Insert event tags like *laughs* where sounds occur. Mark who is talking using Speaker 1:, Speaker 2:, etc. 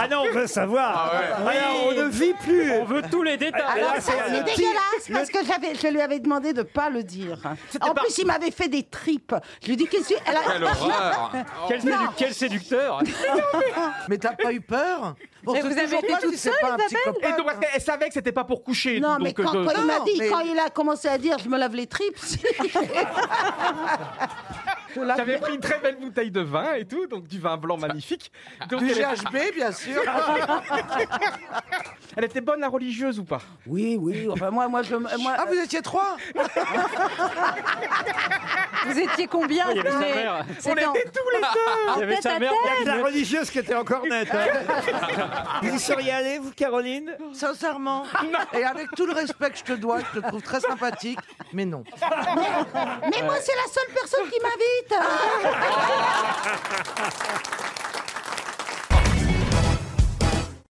Speaker 1: Ah non, on veut savoir. Voilà, on ne vit plus. Ah, On veut tous les détails.
Speaker 2: Ah,
Speaker 3: Alors, ça, c'est dégueulasse parce que j'avais, je lui avais demandé de pas le dire. En plus, il m'avait fait des tripes. Je lui dis qu'est-ce que tu. elle a-
Speaker 2: Quelle horreur
Speaker 1: Quel,
Speaker 3: Non.
Speaker 1: sédu- quel séducteur
Speaker 4: Mais t'as pas eu peur Bon,
Speaker 5: Mais
Speaker 4: te
Speaker 5: vous
Speaker 4: dis
Speaker 5: avez
Speaker 4: toujours
Speaker 5: été
Speaker 4: pas que
Speaker 5: toute
Speaker 4: c'est
Speaker 5: seule,
Speaker 4: pas un
Speaker 5: Isabelle
Speaker 4: psychopathe.
Speaker 2: Et donc, parce qu'elle savait que c'était pas pour coucher.
Speaker 3: Non,
Speaker 2: donc,
Speaker 3: mais quand,
Speaker 2: euh,
Speaker 3: quand il m'a
Speaker 4: non,
Speaker 3: dit,
Speaker 4: mais-
Speaker 3: quand il a commencé à dire, je me lave les tripes. Je lave-
Speaker 2: J'avais pris une très belle bouteille de vin et tout, donc du vin blanc magnifique.
Speaker 1: Ah.
Speaker 2: Donc,
Speaker 4: Du
Speaker 2: elle,
Speaker 4: GHB, bien sûr.
Speaker 2: elle était bonne la religieuse ou pas
Speaker 3: Oui, oui. Enfin, moi, moi, je, moi,
Speaker 4: Ah, vous étiez trois
Speaker 5: Vous étiez combien
Speaker 3: Ah,
Speaker 1: Il y avait sa
Speaker 5: Mais
Speaker 1: mère.
Speaker 5: c'était en-
Speaker 1: Il y avait
Speaker 5: tête
Speaker 1: sa
Speaker 5: à
Speaker 1: mère.
Speaker 5: tête.
Speaker 1: Il y a que la religieuse qui était encore nette.
Speaker 2: *laughs*
Speaker 1: hein. vous y seriez allée, vous, Caroline
Speaker 4: Sincèrement. Et avec tout le respect que je te dois, je te trouve très sympathique, mais non.
Speaker 3: Mais moi, c'est la seule personne qui m'invite.